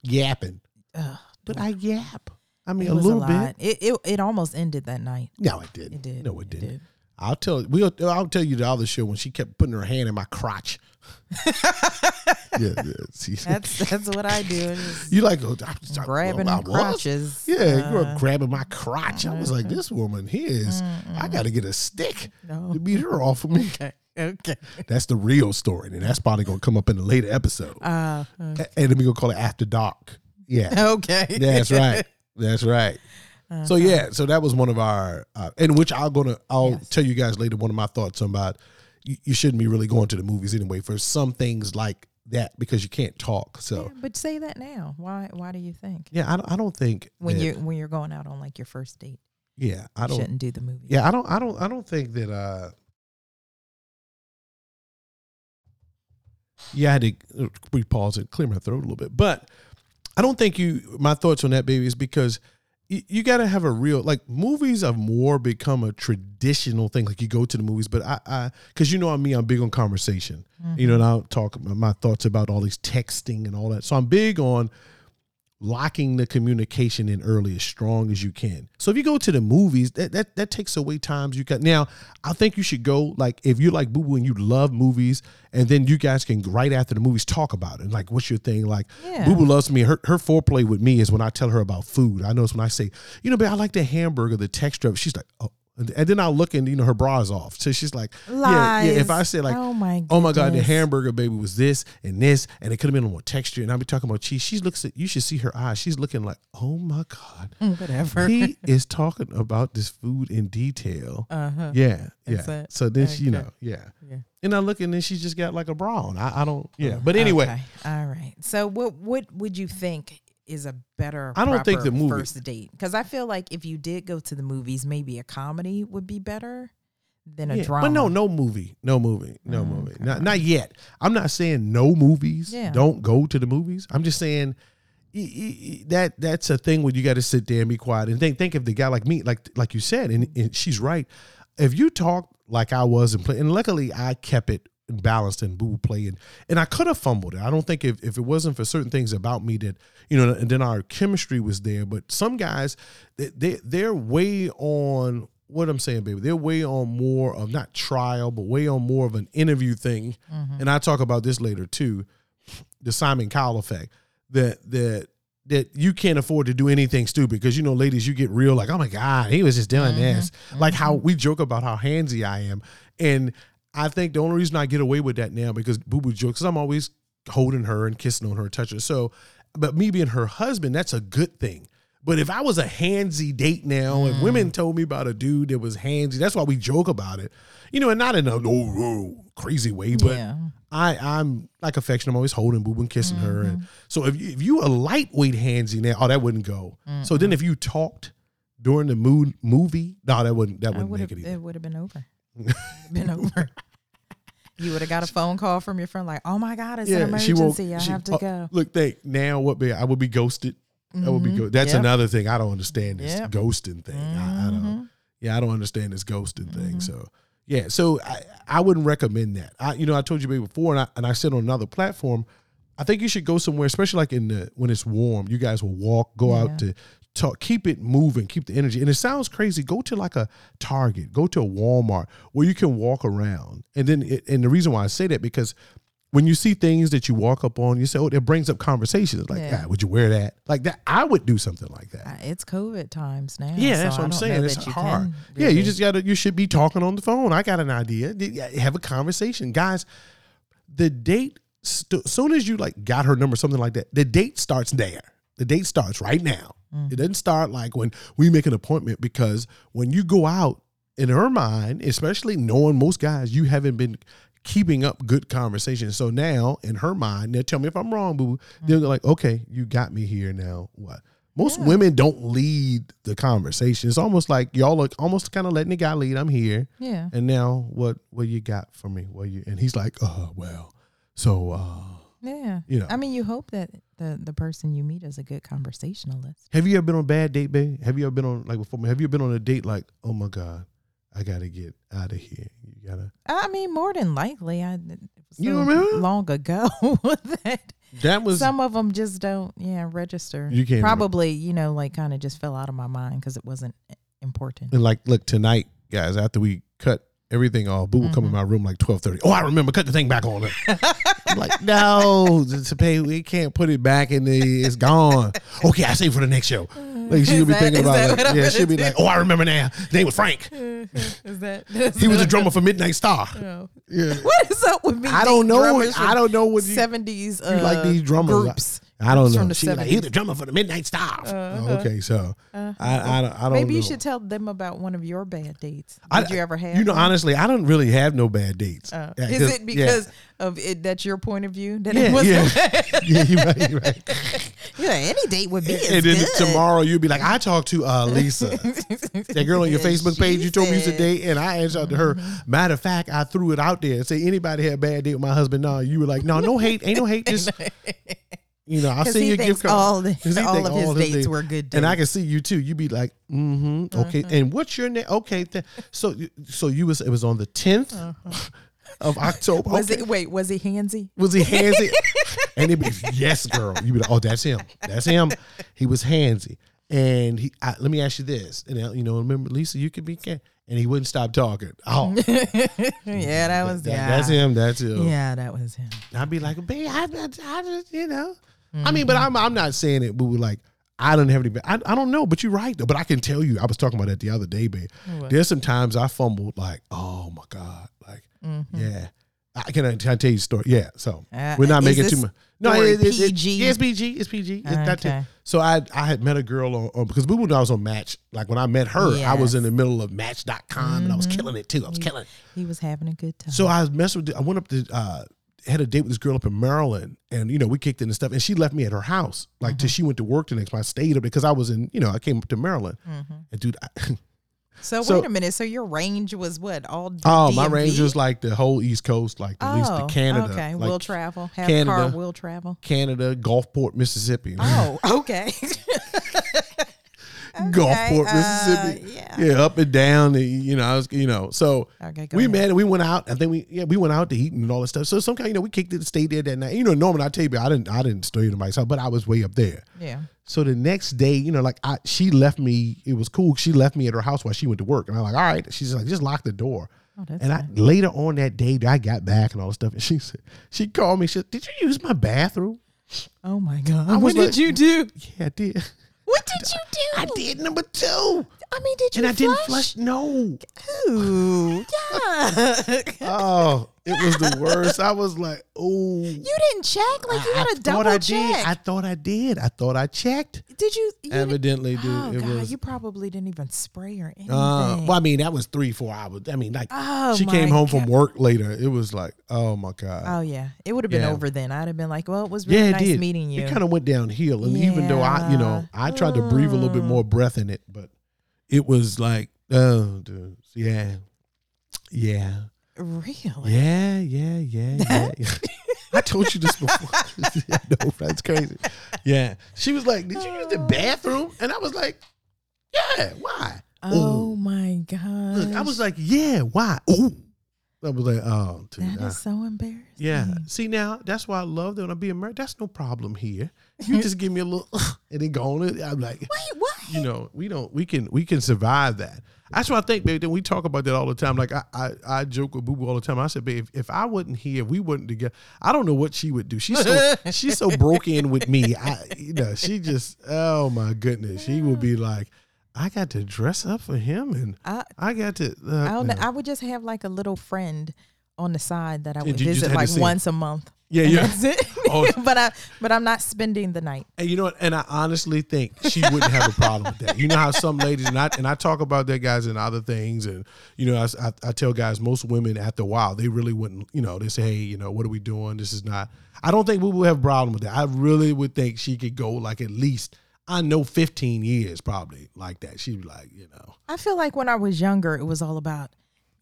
Speaker 1: yapping.
Speaker 2: Ugh.
Speaker 1: but I yap. I mean,
Speaker 2: it
Speaker 1: a
Speaker 2: was
Speaker 1: little
Speaker 2: a
Speaker 1: bit.
Speaker 2: lot. It, it it almost ended
Speaker 1: *laughs*
Speaker 2: that night.
Speaker 1: No, it didn't.
Speaker 2: It did.
Speaker 1: No, it didn't.
Speaker 2: did.
Speaker 1: I'll tell we'll I'll tell you the other show when she kept putting her hand in my
Speaker 2: *laughs*
Speaker 1: crotch. yeah, yeah. see.
Speaker 2: That's that's what I do.
Speaker 1: *laughs*
Speaker 2: is
Speaker 1: you like oh, I, I,
Speaker 2: grabbing
Speaker 1: I was?
Speaker 2: crotches.
Speaker 1: Yeah, you were
Speaker 2: Uh,
Speaker 1: grabbing my crotch. I was like, this woman here is. I got to get a stick
Speaker 2: No.
Speaker 1: to beat her off of
Speaker 2: *laughs*
Speaker 1: me.
Speaker 2: Okay. Okay.
Speaker 1: That's the real story, and that's probably gonna come up in a later episode.
Speaker 2: Uh,
Speaker 1: A- and then we gonna call it after dark. Yeah.
Speaker 2: okay.
Speaker 1: That's
Speaker 2: *laughs*
Speaker 1: right. That's right. So yeah, so that was one of our, uh, in which I'm gonna, I'll
Speaker 2: Yes.
Speaker 1: tell you guys later one of my thoughts about you, you shouldn't be really going to the movies anyway for some things like that because you can't talk.
Speaker 2: Yeah,
Speaker 1: So
Speaker 2: but say that now. Why why do you think
Speaker 1: yeah, I don't, I don't think
Speaker 2: when
Speaker 1: that-
Speaker 2: you when you're going out on like your first date,
Speaker 1: yeah, I
Speaker 2: you
Speaker 1: don't,
Speaker 2: shouldn't do the movie.
Speaker 1: yeah, I don't, I don't, I don't think that. uh Yeah, I had to we pause and clear my throat a little bit, but I don't think you. My thoughts on that, baby, is because you, you got to have a real like movies have more become a traditional thing. Like you go to the movies, but I, I because you know I'm me, I'm big on conversation. You know, and I'll talk about my thoughts about all these texting and all that. So I'm big on locking the communication in early as strong as you can. So if you go to the movies, that that, that takes away times you got. Now, I think you should go like if you like Boo Boo and you love movies, and then you guys can right after the movies talk about it. Like, what's your thing? Like,
Speaker 2: Yeah.
Speaker 1: Boo Boo loves me. Her her foreplay with me is when I tell her about food. I notice when I say, you know, but I like the hamburger, the texture of. it." She's like, oh. And and then I look and you know her bra's off, so she's like, yeah, yeah. If
Speaker 2: Lies.
Speaker 1: I say like,
Speaker 2: Oh my
Speaker 1: oh my god, the
Speaker 2: goodness.
Speaker 1: hamburger hamburger baby was this and this, and it could have been more texture. And I'll be talking about cheese. She looks at you should see her eyes. She's looking like, oh my god,
Speaker 2: *laughs* Mm, Whatever.
Speaker 1: he is talking about this food in detail.
Speaker 2: Uh-huh.
Speaker 1: Yeah,
Speaker 2: That's
Speaker 1: yeah.
Speaker 2: it.
Speaker 1: So then she, you
Speaker 2: Okay.
Speaker 1: know, yeah.
Speaker 2: Yeah. Oh,
Speaker 1: And I look, and then she's just got like a bra on. I, I don't, yeah. But anyway,
Speaker 2: Okay. all right. So what what would you think is a better?
Speaker 1: I don't think
Speaker 2: proper
Speaker 1: the movie-
Speaker 2: first date because I feel like if you did go to the movies, maybe a comedy would be better than a
Speaker 1: yeah.
Speaker 2: drama.
Speaker 1: but no, no movie, no movie, no movie, not not yet. I'm not saying no movies.
Speaker 2: Yeah.
Speaker 1: Don't go to the movies. I'm just saying. e- e- e- That that's a thing where you got to sit there and be quiet and think. Think if the guy like me, like like you said, and, and she's right. If you talk like I was and play, and luckily I kept it balanced and boo play and, and I could have fumbled it. I don't think if, if it wasn't for certain things about me that you know, and then our chemistry was there. But some guys, they, they they're way on what I'm saying, baby. They're way on more of not trial, but way on more of an interview thing. And I talk about this later too, the Simon Cowell effect. That that that you can't afford to do anything stupid because you know, ladies, you get real like, oh my god, he was just doing this. Like how we joke about how handsy I am, and I think the only reason I get away with that now because Boo Boo jokes. 'cause I'm always holding her and kissing on her, touching her. So, but me being her husband, that's a good thing. But if I was a handsy date now, if women told me about a dude that was handsy, that's why we joke about it, you know, and not in a no, no, crazy way, but
Speaker 2: Yeah.
Speaker 1: I I'm like affectionate. I'm always holding boob and kissing her, and so if you, if you a lightweight handsy now, oh that wouldn't go. So then if you talked, during the mood movie? No, that wouldn't that
Speaker 2: I
Speaker 1: wouldn't
Speaker 2: would've-
Speaker 1: make it either.
Speaker 2: it would have
Speaker 1: *laughs*
Speaker 2: been over. been over. You would have got a phone call from your friend like, "Oh my God, it's an
Speaker 1: she won't-
Speaker 2: emergency. I
Speaker 1: she-
Speaker 2: have to
Speaker 1: uh,
Speaker 2: go." Mm-hmm.
Speaker 1: Look, think now what be I would be ghosted. I would be go- that's
Speaker 2: Yep.
Speaker 1: another thing I don't understand this
Speaker 2: Yep. Mm-hmm.
Speaker 1: ghosting thing. I, I don't. Yeah, I don't understand this ghosting thing. So yeah, so I, I wouldn't recommend that. I you know I told you before, and I and I said on another platform, I think you should go somewhere, especially like in the when it's warm. You guys will walk, go out to talk, keep it moving, keep the energy. And it sounds crazy. Go to like a Target, go to a Walmart where you can walk around. And then it, and the reason why I say that because when you see things that you walk up on, you say, "Oh, it brings up conversations." Like,
Speaker 2: Yeah.
Speaker 1: "Ah, would you wear that?" Like that, I would do something like that.
Speaker 2: Uh, It's COVID times now.
Speaker 1: Yeah,
Speaker 2: so
Speaker 1: that's
Speaker 2: I
Speaker 1: what I'm
Speaker 2: don't know
Speaker 1: saying.
Speaker 2: that
Speaker 1: It's
Speaker 2: you
Speaker 1: hard.
Speaker 2: can
Speaker 1: Yeah, you
Speaker 2: really-
Speaker 1: just gotta. You should be talking on the phone. I got an idea. Did- yeah, Have a conversation, guys. The date. St- soon as you like got her number, something like that. The date starts there. The date starts right now. It doesn't start like when we make an appointment because when you go out in her mind, especially knowing most guys, you haven't been keeping up good conversation. So now in her mind, now tell me if I'm wrong, boo. They're like, okay, you got me here now. What? Most women don't lead the conversation. It's almost like y'all are almost kind of letting the guy lead. I'm here,
Speaker 2: Yeah.
Speaker 1: and now what? What you got for me? What you? And he's like, uh, well, so uh,
Speaker 2: Yeah.
Speaker 1: you know.
Speaker 2: I mean, you hope that the the person you meet is a good conversationalist.
Speaker 1: Have you ever been on a bad date, babe? Have you ever been on like before? Have you been on a date like, oh my god, I gotta get out of here. You gotta.
Speaker 2: I mean, more than likely, I it was
Speaker 1: You know what
Speaker 2: so
Speaker 1: I mean?
Speaker 2: long ago *laughs* that
Speaker 1: *laughs* That was
Speaker 2: some of them just don't, yeah, register.
Speaker 1: You can't-
Speaker 2: probably, you know, like kind of just fell out of my mind because it wasn't
Speaker 1: *laughs*
Speaker 2: important.
Speaker 1: and like look tonight, guys. After we cut everything off, Boo will come in
Speaker 2: Mm-hmm.
Speaker 1: my room like twelve thirty. Oh, I remember. Cut the thing back on.
Speaker 2: *laughs*
Speaker 1: I'm like no, pay. we can't put it back in the. It's gone. Okay, I save it for the next show. Like she'll be
Speaker 2: Is that-
Speaker 1: thinking
Speaker 2: is that
Speaker 1: about
Speaker 2: what
Speaker 1: it.
Speaker 2: I'm
Speaker 1: Yeah,
Speaker 2: gonna
Speaker 1: she'll be
Speaker 2: do?
Speaker 1: like, oh, I remember now. His name was Frank.
Speaker 2: is *laughs* that
Speaker 1: He was a drummer for Midnight
Speaker 2: *laughs*
Speaker 1: Star. Yeah.
Speaker 2: What is up with me?
Speaker 1: I don't know. I don't know what you.
Speaker 2: Seventies. Uh,
Speaker 1: you like these drummers.
Speaker 2: groups.
Speaker 1: I don't
Speaker 2: Groups from
Speaker 1: know.
Speaker 2: the
Speaker 1: She's like,
Speaker 2: 70s.
Speaker 1: he's the drummer for the Midnight Star. Oh, okay, so I, I, don't- I don't
Speaker 2: Uh-huh. Maybe
Speaker 1: know.
Speaker 2: you should tell them about one of your bad dates. Did
Speaker 1: I-
Speaker 2: you ever have?
Speaker 1: You know,
Speaker 2: one?
Speaker 1: honestly, I don't really have no bad dates.
Speaker 2: Uh,
Speaker 1: Yeah,
Speaker 2: is
Speaker 1: 'cause-
Speaker 2: it
Speaker 1: yeah.
Speaker 2: because of it? That's your point of view. That
Speaker 1: Yeah,
Speaker 2: it was *laughs*
Speaker 1: yeah. *laughs* yeah, you're right, you're right.
Speaker 2: yeah, any date would be.
Speaker 1: and then
Speaker 2: is good.
Speaker 1: tomorrow you'll be like, I talked to uh,
Speaker 2: *laughs*
Speaker 1: Lisa, that girl on your Facebook page. You told me you used to
Speaker 2: Jesus.
Speaker 1: date, and I answered to her.
Speaker 2: Mm-hmm.
Speaker 1: Matter of fact, I threw it out there and say anybody had a bad date with my husband. No, you were like, no, no hate, ain't no hate.
Speaker 2: *laughs*
Speaker 1: Just you know, I'll
Speaker 2: Because
Speaker 1: send
Speaker 2: he
Speaker 1: you a gift
Speaker 2: thinks
Speaker 1: card.
Speaker 2: all the-
Speaker 1: 'Cause he
Speaker 2: all
Speaker 1: think
Speaker 2: of his dates were good
Speaker 1: And I
Speaker 2: dates.
Speaker 1: can see you too. You be like, mm-hmm, okay. And what's your name? Okay, th- so you- so you was it was on the 10th of October.
Speaker 2: Uh-huh. Was
Speaker 1: okay.
Speaker 2: it? Wait, was he handsy?
Speaker 1: Was he handsy? *laughs* and it'd be yes, girl. You be like, oh, that's him. That's him. He was handsy. And he, I, let me ask you this. And uh, you know, remember, Lisa, you could be. Can, and he wouldn't stop talking. Oh, *laughs* that-
Speaker 2: Yeah, that was. yeah,
Speaker 1: that's him. That's him.
Speaker 2: Yeah, that was him.
Speaker 1: And I'd be like, babe, I, I, I just, you know. I mean, but I'm,
Speaker 2: Mm-hmm.
Speaker 1: I'm not saying it, but we're like, I don't have any, I, I don't know, but you're right, though. But I can tell you, I was talking about that the other day, babe. There's some times I fumbled, like, oh my God. Like, yeah. I can, I, can I tell you a story? Yeah. So
Speaker 2: Mm-hmm. Uh,
Speaker 1: we're not
Speaker 2: is
Speaker 1: making too
Speaker 2: this
Speaker 1: much. No,
Speaker 2: story
Speaker 1: it, it, it,
Speaker 2: PG?
Speaker 1: yeah, it's PG. It's PG. It's not too-
Speaker 2: Okay.
Speaker 1: so I I had met a girl on, on because Boo Boo knew I was on Match. Like when I met her, I was
Speaker 2: Yes. Mm-hmm.
Speaker 1: in the middle of Match.com and I was killing it too. I was killing.
Speaker 2: He was having a good time.
Speaker 1: So I was messing with. I went up to uh, had a date with this girl up in Maryland, and you know we kicked it and stuff, and she left me at her house like
Speaker 2: Mm-hmm.
Speaker 1: till she went to work the next. Morning. I stayed up because I was in you know I came up to Maryland,
Speaker 2: Mm-hmm.
Speaker 1: and dude, I, *laughs*
Speaker 2: So,
Speaker 1: so-
Speaker 2: wait a minute. So your range was what? All d-
Speaker 1: oh my
Speaker 2: DMV?
Speaker 1: range was like the whole East Coast, like at least to
Speaker 2: Oh,
Speaker 1: Canada,
Speaker 2: Okay,
Speaker 1: like
Speaker 2: we'll travel. Have car.
Speaker 1: Canada.
Speaker 2: We'll travel.
Speaker 1: Canada, Gulfport, Mississippi, *laughs*
Speaker 2: Oh, okay.
Speaker 1: Gulfport,
Speaker 2: uh,
Speaker 1: Mississippi,
Speaker 2: yeah.
Speaker 1: yeah, up and down, the, you know, I was, you know, so
Speaker 2: okay, go
Speaker 1: we
Speaker 2: ahead.
Speaker 1: met and we went out. I think we yeah we went out to eat and all that stuff. So some kind you know we kicked it, stayed there that night. You know, Norman, I tell you, I didn't I didn't stay in my house, but I was way up there.
Speaker 2: Yeah.
Speaker 1: So the next day, you know, like I, she left me. It was cool. She left me at her house while she went to work, and I'm like, all right. She's like, just lock the door.
Speaker 2: Oh, that's
Speaker 1: and I later on that day, I got back and all this stuff, and she said, she called me. She said, did you use my bathroom?
Speaker 2: Oh my God.
Speaker 1: was
Speaker 2: what
Speaker 1: like-
Speaker 2: did you do?
Speaker 1: Yeah, I did. *laughs*
Speaker 2: What did you do?
Speaker 1: I did number two,
Speaker 2: I mean, did you?
Speaker 1: and I didn't flush. No.
Speaker 2: Ooh, yeah.
Speaker 1: *laughs* Oh, it was the worst. I was like, oh.
Speaker 2: you didn't check. Like you
Speaker 1: I
Speaker 2: had a
Speaker 1: thought
Speaker 2: double
Speaker 1: I did.
Speaker 2: check.
Speaker 1: I thought I did. I thought I checked.
Speaker 2: did you? you didn't-
Speaker 1: Evidently, dude,
Speaker 2: Oh
Speaker 1: it
Speaker 2: God,
Speaker 1: was.
Speaker 2: you probably didn't even spray or anything.
Speaker 1: Uh, well, I mean, that was three, four hours. I mean, like
Speaker 2: Oh,
Speaker 1: she came
Speaker 2: my
Speaker 1: home from work later. It was like, oh my god.
Speaker 2: oh yeah, it would have been
Speaker 1: Yeah.
Speaker 2: over then. I'd have been like, well, it was really
Speaker 1: yeah, it
Speaker 2: nice
Speaker 1: did.
Speaker 2: meeting you.
Speaker 1: It kind of went downhill, and even though I, you know, I tried to breathe a little bit more breath in it, but it was like, oh, dude, yeah, yeah,
Speaker 2: Really?
Speaker 1: yeah, yeah, yeah, yeah. yeah.
Speaker 2: *laughs*
Speaker 1: I told you this before. *laughs* I know, that's crazy. Yeah, she was like, "Did you use the bathroom?" And I was like, "Yeah, why?"
Speaker 2: Oh my god.
Speaker 1: Look, I was like, "Yeah, why?" Ooh, I was like, "Oh, dude,
Speaker 2: That
Speaker 1: I-
Speaker 2: is so embarrassing.
Speaker 1: yeah.
Speaker 2: Mm-hmm.
Speaker 1: See now, that's why I love that when I be married. That's no problem
Speaker 2: *laughs*
Speaker 1: here. You just give me a little, *laughs* and then go on. It. I'm like,
Speaker 2: Wait, what?
Speaker 1: you know, we don't, we can, we can survive that. That's why I think, babe. That we talk about that all the time. Like I, I, I joke with Boo Boo all the time. I said, babe, if, if I wasn't here, if we wouldn't together. I don't know what she would do. She's
Speaker 2: *laughs*
Speaker 1: so, she's so broke in with me. I, you know, she just, oh my goodness, she would be like, I got to dress up for him, and
Speaker 2: I-
Speaker 1: I got to. Uh,
Speaker 2: I don't know.
Speaker 1: no.
Speaker 2: I would just have like a little friend on the side that I would
Speaker 1: you just
Speaker 2: visit
Speaker 1: had to
Speaker 2: like
Speaker 1: see him.
Speaker 2: once a month.
Speaker 1: Yeah,
Speaker 2: and
Speaker 1: yeah.
Speaker 2: *laughs* That's it.
Speaker 1: *laughs* Oh.
Speaker 2: but I but I'm not spending the night.
Speaker 1: And you know what? And I honestly think she wouldn't have a problem with that. You know how some ladies and I and I talk about that guys and other things, and you know I, s- I- I tell guys most women after a while they really wouldn't. You know they say, hey, you know what are we doing? This is not. I don't think we would have a problem with that. I really would think she could go like at least I know fifteen years probably like that. She'd be like, you know,
Speaker 2: I feel like when I was younger, it was all about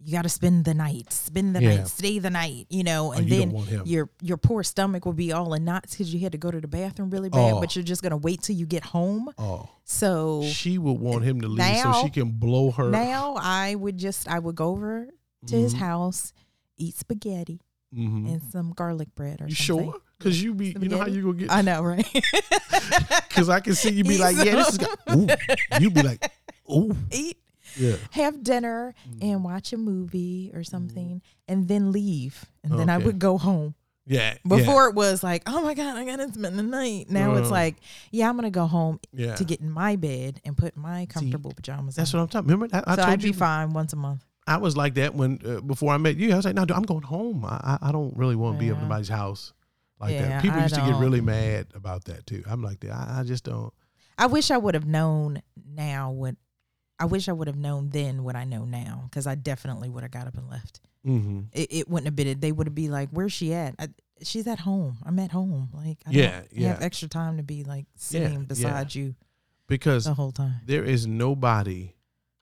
Speaker 2: you got to spend the night, spend the
Speaker 1: Yeah. Oh,
Speaker 2: night, stay the night, you know, and
Speaker 1: you don't want him.
Speaker 2: then your your poor stomach will be all in knots because you had to go to the bathroom really bad,
Speaker 1: Oh.
Speaker 2: but you're just gonna wait till you get home.
Speaker 1: oh,
Speaker 2: So
Speaker 1: she would want him to leave so
Speaker 2: Now-
Speaker 1: she can blow her.
Speaker 2: now I would just I would go over to his
Speaker 1: Mm-hmm.
Speaker 2: house, eat spaghetti
Speaker 1: Mhm.
Speaker 2: and some garlic bread or
Speaker 1: You
Speaker 2: something.
Speaker 1: sure? Cause you be, you know how
Speaker 2: Spaghetti?
Speaker 1: you gonna get.
Speaker 2: I know, right? *laughs*
Speaker 1: Cause I can see you be
Speaker 2: Eat
Speaker 1: like, yeah, this is. go- Ooh. You be like, ooh,
Speaker 2: eat,
Speaker 1: yeah.
Speaker 2: have dinner,
Speaker 1: Mm-hmm.
Speaker 2: and watch a movie or something, and then leave, and then I
Speaker 1: Okay.
Speaker 2: would go home.
Speaker 1: Yeah.
Speaker 2: Before it was like, oh my god, I gotta spend the night. Now
Speaker 1: Uh,
Speaker 2: it's like, yeah, I'm gonna go home
Speaker 1: yeah. yeah.
Speaker 2: to get in my bed and put my comfortable pajamas.
Speaker 1: That's
Speaker 2: on.
Speaker 1: what I'm talking. Remember, I, I
Speaker 2: so
Speaker 1: told
Speaker 2: I'd be
Speaker 1: you
Speaker 2: fine once a month.
Speaker 1: I was like that when uh, before I met you. I was like, no, dude, I'm going home. I I, I don't really want to be up in
Speaker 2: Yeah.
Speaker 1: nobody's house like
Speaker 2: Yeah,
Speaker 1: that. People
Speaker 2: I
Speaker 1: used to get
Speaker 2: don't.
Speaker 1: really mad about that too. I'm like, that. I, I just don't.
Speaker 2: I wish I would have known now what. I wish I would have known then what I know now, because I definitely would have got up and left.
Speaker 1: Mm-hmm.
Speaker 2: It, it wouldn't have been. it. They would have been like, "Where's she at? I, she's at home. I'm at home. Like, I
Speaker 1: Yeah,
Speaker 2: don't
Speaker 1: yeah.
Speaker 2: have extra time to be like sitting
Speaker 1: yeah.
Speaker 2: beside you
Speaker 1: Because
Speaker 2: the whole time."
Speaker 1: there is nobody,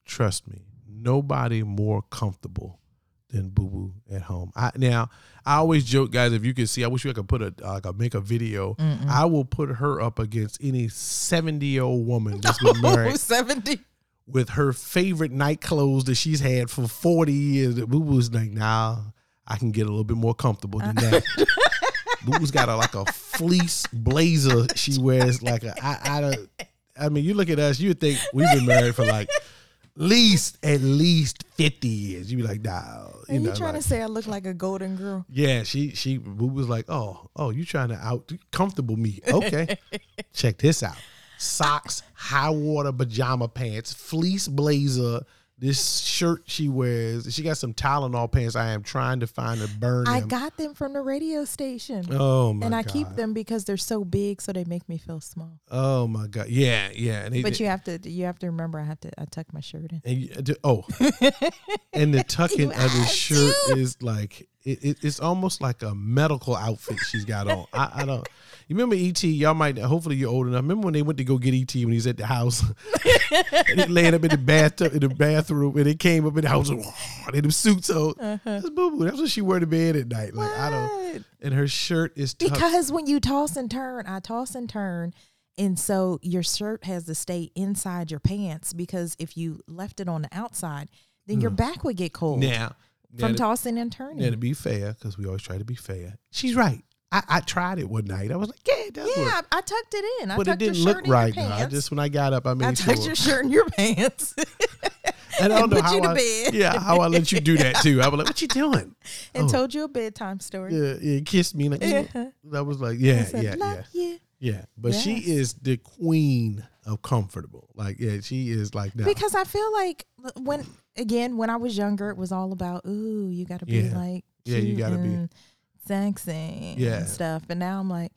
Speaker 1: trust me, nobody more comfortable than Boo Boo at home. I now I always joke, guys. If you could see, I wish I could put a like a make a video. I will put her up against any seventy year old
Speaker 2: *laughs*
Speaker 1: woman that's been married
Speaker 2: Seventy.
Speaker 1: with her favorite night clothes that she's had for 40 years that Boo Boo's like, nah, I can get a little bit more comfortable than that. Boo Boo's got a, like a fleece blazer she wears like a I I don't I mean you look at us, you would think we've been married for like least at least 50 years. You'd be like, nah,
Speaker 2: Are
Speaker 1: you
Speaker 2: you
Speaker 1: know.
Speaker 2: trying
Speaker 1: like-
Speaker 2: to say I look like a golden girl?
Speaker 1: yeah, she she Boo was like, oh oh, you trying to out comfortable me?
Speaker 2: *laughs*
Speaker 1: Okay, check this out: socks, high water pajama pants, fleece blazer. This shirt she wears, she got some Tylenol pants. I am trying to find to burn
Speaker 2: I
Speaker 1: them.
Speaker 2: got them from the radio station,
Speaker 1: oh my
Speaker 2: and I
Speaker 1: god!
Speaker 2: keep them because they're so big, so they make me feel small.
Speaker 1: Oh my god! Yeah, yeah. And they,
Speaker 2: But you have to, you have to remember, I have to, I tuck my shirt in.
Speaker 1: and you,
Speaker 2: *laughs*
Speaker 1: oh, and the tucking of the shirt is like it, it, it's almost like a medical outfit she's got on. I, I don't. You remember ET? Y'all might. Hopefully, you're old enough. Remember when they went to go get ET when he's at the house, *laughs* and he laying up in the bathtub in the bathroom, and it came up in the house and, and the suits on. That's boo boo. That's what she wore to bed at night. Like I don't.
Speaker 2: Uh-huh. What?
Speaker 1: And her shirt is tucked.
Speaker 2: Because when you toss and turn, I toss and turn. And so your shirt has to stay inside your pants because if you left it on the outside, then
Speaker 1: Hmm.
Speaker 2: your back would get cold
Speaker 1: now, now
Speaker 2: from
Speaker 1: the-
Speaker 2: tossing and turning.
Speaker 1: And to be fair, because we always try to be fair, she's right. I, I tried it one night. I was like, yeah, it does work.
Speaker 2: yeah, I, I tucked it in. I
Speaker 1: but it
Speaker 2: tucked
Speaker 1: didn't
Speaker 2: your
Speaker 1: look
Speaker 2: shirt in
Speaker 1: right.
Speaker 2: Your
Speaker 1: Now.
Speaker 2: pants.
Speaker 1: I just when I got up, I made
Speaker 2: I
Speaker 1: sure.
Speaker 2: tucked your shirt in your *laughs* pants.
Speaker 1: and I don't
Speaker 2: and
Speaker 1: know
Speaker 2: put
Speaker 1: how
Speaker 2: you to
Speaker 1: I,
Speaker 2: bed.
Speaker 1: yeah, how I let you do that too. I was like, "What you
Speaker 2: *laughs*
Speaker 1: doing?"
Speaker 2: and
Speaker 1: Oh.
Speaker 2: told you a bedtime story.
Speaker 1: Yeah, yeah, kissed me. Like, I was like, "Yeah,
Speaker 2: I Uh-huh. said,
Speaker 1: yeah, yeah,
Speaker 2: love you.
Speaker 1: yeah." But she
Speaker 2: Yes.
Speaker 1: is the queen of comfortable. Like, yeah, she is like now.
Speaker 2: Because I feel like when again when I was younger, it was all about ooh, you got to be
Speaker 1: Yeah.
Speaker 2: like
Speaker 1: Yeah, you
Speaker 2: cute
Speaker 1: gotta be-
Speaker 2: and sexy
Speaker 1: Yeah.
Speaker 2: and stuff. And now I'm like,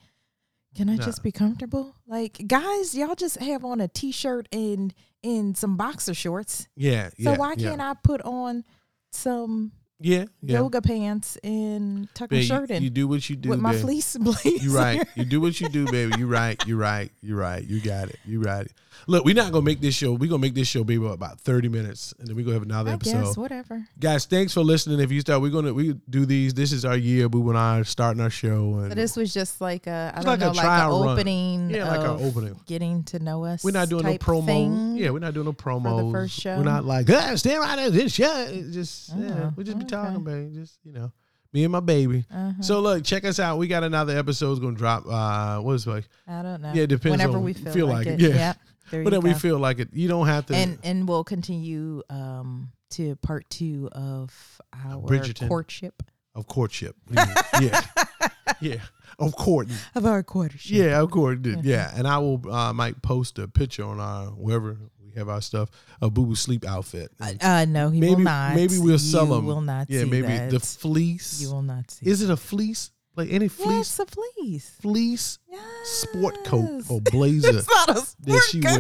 Speaker 2: can I just be comfortable? Like guys, y'all just have on a t-shirt and in some boxer shorts.
Speaker 1: yeah,
Speaker 2: So
Speaker 1: yeah.
Speaker 2: why can't I put on some
Speaker 1: Yeah, yeah.
Speaker 2: yoga pants and tuck
Speaker 1: Babe,
Speaker 2: my
Speaker 1: you-
Speaker 2: shirt in
Speaker 1: you do what you do.
Speaker 2: with my
Speaker 1: babe.
Speaker 2: fleece *laughs* blazer.
Speaker 1: You right. You do what you do, baby. You right. You right. You right. You got it. You right. Look, we're not gonna make this show. We're gonna make this show, baby, about thirty minutes, and then we gonna have another
Speaker 2: I
Speaker 1: episode.
Speaker 2: guess whatever.
Speaker 1: Guys, thanks for listening. If you start, we're gonna we do these. This is our year. Boo and I are starting our show, and
Speaker 2: But this was just like a I
Speaker 1: It's
Speaker 2: don't
Speaker 1: like a
Speaker 2: know like an
Speaker 1: trial run.
Speaker 2: opening.
Speaker 1: Yeah, like a
Speaker 2: of
Speaker 1: opening.
Speaker 2: Getting to know us.
Speaker 1: we're not doing no
Speaker 2: type
Speaker 1: promos.
Speaker 2: thing.
Speaker 1: Yeah, we're not doing no promos.
Speaker 2: first show?
Speaker 1: We're not like guys, stay right at this show. It's just yeah,
Speaker 2: Oh,
Speaker 1: we just be
Speaker 2: okay.
Speaker 1: talking, baby. Just you know, me and my baby.
Speaker 2: Uh-huh.
Speaker 1: So look, check us out. We got another episode gonna drop. Uh, what is it like?
Speaker 2: I don't know.
Speaker 1: Yeah, it depends
Speaker 2: Whenever
Speaker 1: on-
Speaker 2: we feel, like, it.
Speaker 1: Yeah.
Speaker 2: Yep. There you
Speaker 1: Whatever
Speaker 2: go.
Speaker 1: we feel like it. You don't have to.
Speaker 2: and and we'll continue um to part two of our
Speaker 1: Bridgerton.
Speaker 2: courtship
Speaker 1: Of courtship. yeah.
Speaker 2: *laughs*
Speaker 1: Yeah. Of court.
Speaker 2: of our courtship.
Speaker 1: Yeah, of course.
Speaker 2: Mm-hmm.
Speaker 1: Yeah. And I will uh, might post a picture on our wherever we have our stuff of Boo Boo sleep outfit. And
Speaker 2: Uh, no, he will
Speaker 1: maybe
Speaker 2: not.
Speaker 1: maybe we'll sell
Speaker 2: You
Speaker 1: them.
Speaker 2: Will not.
Speaker 1: Yeah,
Speaker 2: see
Speaker 1: maybe
Speaker 2: that.
Speaker 1: the fleece.
Speaker 2: You will not see.
Speaker 1: Is it a fleece? Like any fleece
Speaker 2: yes, a fleece.
Speaker 1: fleece sport coat
Speaker 2: Yes.
Speaker 1: or blazer
Speaker 2: It's not a
Speaker 1: that
Speaker 2: *laughs* sport
Speaker 1: she
Speaker 2: coat.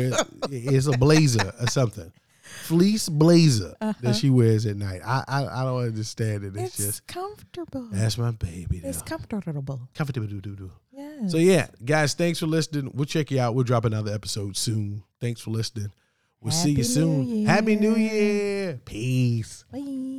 Speaker 1: wears is a blazer or something. Fleece blazer that she wears at night. I I, I don't understand it. It's,
Speaker 2: Uh-huh. It's
Speaker 1: just
Speaker 2: comfortable.
Speaker 1: that's my baby.
Speaker 2: It's
Speaker 1: now.
Speaker 2: comfortable.
Speaker 1: Comfortable do do do.
Speaker 2: Yeah.
Speaker 1: So yeah, guys, thanks for listening. We'll check you out. We'll drop another episode soon. Thanks for listening. We'll see
Speaker 2: Happy
Speaker 1: you soon.
Speaker 2: New
Speaker 1: Happy New
Speaker 2: Year.
Speaker 1: Year. Peace.
Speaker 2: Bye.